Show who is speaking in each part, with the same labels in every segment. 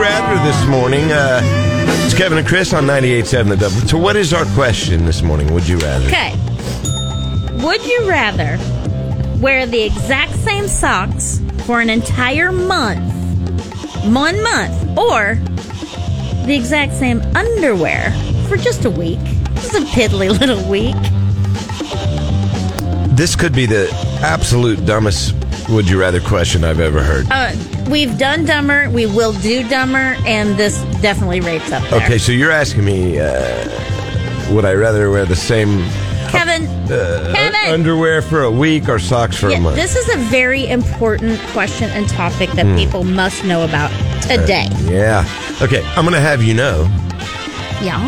Speaker 1: this morning. Uh, it's Kevin and Chris on 98.7 The Dub. So, what is our question this morning? Would you rather?
Speaker 2: Okay. Would you rather wear the exact same socks for an entire month, one month, or the exact same underwear for just a week? This is a piddly little week.
Speaker 1: This could be the absolute dumbest would you rather question I've ever heard.
Speaker 2: Uh, we've done dumber, we will do dumber, and this definitely rates up there.
Speaker 1: Okay, so you're asking me, uh, would I rather wear the same
Speaker 2: Kevin. Kevin.
Speaker 1: underwear for a week or socks for a
Speaker 2: Yeah,
Speaker 1: month?
Speaker 2: this is a very important question and topic that
Speaker 1: Hmm.
Speaker 2: people must know about today.
Speaker 1: yeah. Okay, I'm going to have you know
Speaker 2: Yeah.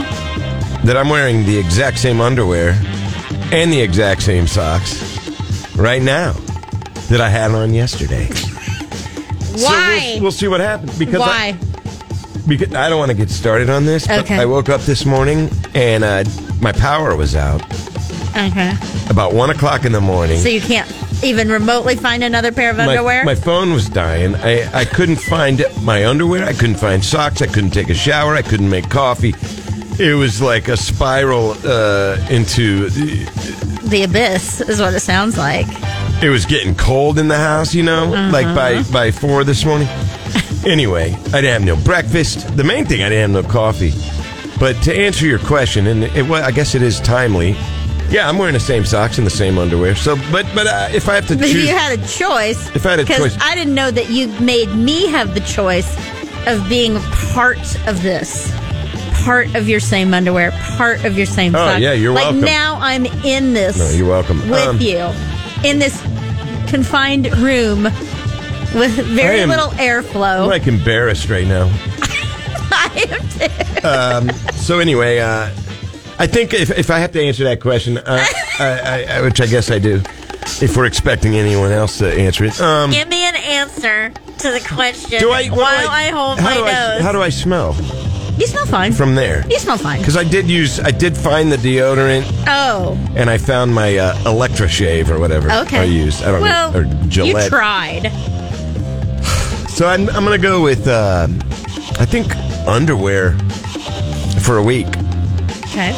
Speaker 1: that I'm wearing the exact same underwear and the exact same socks right now that I had on yesterday. So
Speaker 2: Why?
Speaker 1: we'll, we'll see what happens because
Speaker 2: Why?
Speaker 1: I- Because I don't want to get started on this, but
Speaker 2: Okay.
Speaker 1: I woke up this morning and uh, my power was out
Speaker 2: okay.
Speaker 1: about one o'clock in the morning.
Speaker 2: So you can't even remotely find another pair of
Speaker 1: my,
Speaker 2: underwear?
Speaker 1: my phone was dying. I, I couldn't find my underwear. I couldn't find socks. I couldn't take a shower. I couldn't make coffee. It was like a spiral uh, into.
Speaker 2: the abyss is what it sounds like.
Speaker 1: It was getting cold in the house, you know, like by
Speaker 2: Uh-huh.
Speaker 1: by four this morning. anyway, I didn't have no breakfast. The main thing, I didn't have no coffee. But to answer your question, and it, well, I guess it is timely. Yeah, I'm wearing the same socks and the same underwear. So, but but uh, if I have to
Speaker 2: But if
Speaker 1: choose,
Speaker 2: you had a choice,
Speaker 1: If I had a choice-
Speaker 2: because I didn't know that you made me have the choice of being part of this, part of your same underwear, part of your same.
Speaker 1: Oh,
Speaker 2: socks.
Speaker 1: yeah, you're
Speaker 2: like,
Speaker 1: welcome.
Speaker 2: Now I'm in this.
Speaker 1: No, you're welcome.
Speaker 2: With
Speaker 1: Um,
Speaker 2: you in this confined room with very
Speaker 1: I am-
Speaker 2: little airflow.
Speaker 1: I'm like embarrassed right now. Um,
Speaker 2: I am too.
Speaker 1: So anyway, uh, I think if if I have to answer that question, uh, I, I, I, which I guess I do, if we're expecting anyone else to answer it, um,
Speaker 2: Give me an answer to the question
Speaker 1: do I? what do
Speaker 2: while I, hold
Speaker 1: how
Speaker 2: my
Speaker 1: do I-
Speaker 2: nose.
Speaker 1: how do I smell
Speaker 2: you smell fine.
Speaker 1: from there?
Speaker 2: you smell fine.
Speaker 1: Because I did use, I did find the deodorant,
Speaker 2: Oh,
Speaker 1: and I found my uh, Electra Shave or whatever
Speaker 2: okay.
Speaker 1: I used. I don't
Speaker 2: well,
Speaker 1: know, or Gillette.
Speaker 2: You tried.
Speaker 1: So I'm, I'm gonna go with, uh, I think underwear for a week.
Speaker 2: Okay.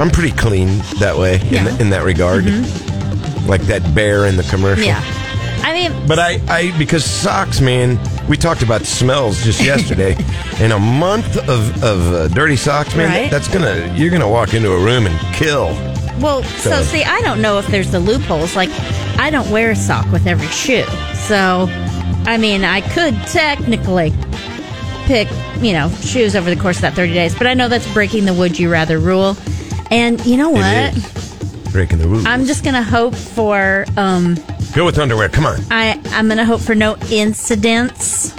Speaker 1: I'm pretty clean that way in,
Speaker 2: Yeah. Mm-hmm.
Speaker 1: in that regard, like that bear in the commercial.
Speaker 2: Yeah. I mean,
Speaker 1: But I, I, because socks, man, we talked about smells just yesterday. and a month of, of uh, dirty socks, man,
Speaker 2: Right.
Speaker 1: that's gonna, you're gonna walk into a room and kill.
Speaker 2: well, so
Speaker 1: So-
Speaker 2: see, I don't know if there's the loopholes. Like, I don't wear a sock with every shoe. So, I mean, I could technically pick, you know, shoes over the course of that 30 days, but I know that's breaking the would you rather rule. And you know
Speaker 1: It
Speaker 2: what?
Speaker 1: is. Breaking the rules.
Speaker 2: I'm just going to hope for um
Speaker 1: Go with underwear. Come on.
Speaker 2: I I'm going to hope for no incidents.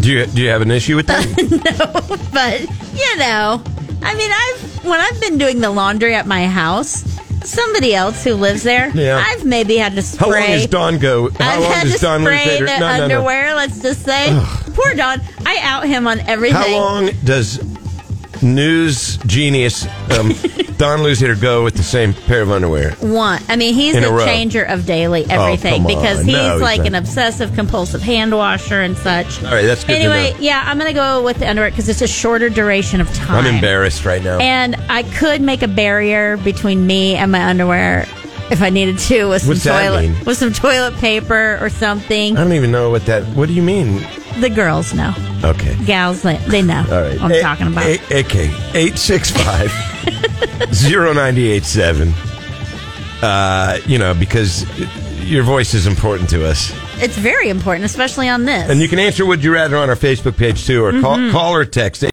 Speaker 1: Do you do you have an issue with that?
Speaker 2: but you know, I mean, I've when I've been doing the laundry at my house, somebody else who lives there,
Speaker 1: Yeah.
Speaker 2: I've maybe had to spray.
Speaker 1: How long does Dawn go? How
Speaker 2: I've
Speaker 1: long
Speaker 2: had
Speaker 1: does
Speaker 2: to
Speaker 1: Dawn lose
Speaker 2: spray
Speaker 1: later?
Speaker 2: the
Speaker 1: No, no, no.
Speaker 2: underwear. Let's just say, poor Don. I out him on everything.
Speaker 1: How long does news genius um, Don Luzitter go with the same pair of underwear?
Speaker 2: One, I mean, he's
Speaker 1: In a
Speaker 2: a
Speaker 1: row. Oh,
Speaker 2: changer of daily everything
Speaker 1: come on.
Speaker 2: because
Speaker 1: No,
Speaker 2: he's
Speaker 1: he's
Speaker 2: like
Speaker 1: not.
Speaker 2: an obsessive compulsive hand washer and such.
Speaker 1: All right, that's good to
Speaker 2: Anyway,
Speaker 1: know.
Speaker 2: yeah, I'm gonna go with the underwear because it's a shorter duration of time.
Speaker 1: I'm embarrassed right now.
Speaker 2: And I could make a barrier between me and my underwear if I needed to with some
Speaker 1: What's that
Speaker 2: toilet
Speaker 1: mean?
Speaker 2: with some toilet paper or something.
Speaker 1: I don't even know what that. What do you mean?
Speaker 2: The girls know.
Speaker 1: Okay.
Speaker 2: Gals they, they know
Speaker 1: All right.
Speaker 2: what I'm
Speaker 1: Eh,
Speaker 2: talking about.
Speaker 1: eh, okay. 865 0987. Uh, you know, because your voice is important to us.
Speaker 2: it's very important, especially on this. Mm-hmm.
Speaker 1: And you can answer Would You Rather on our Facebook page too, or call, call or text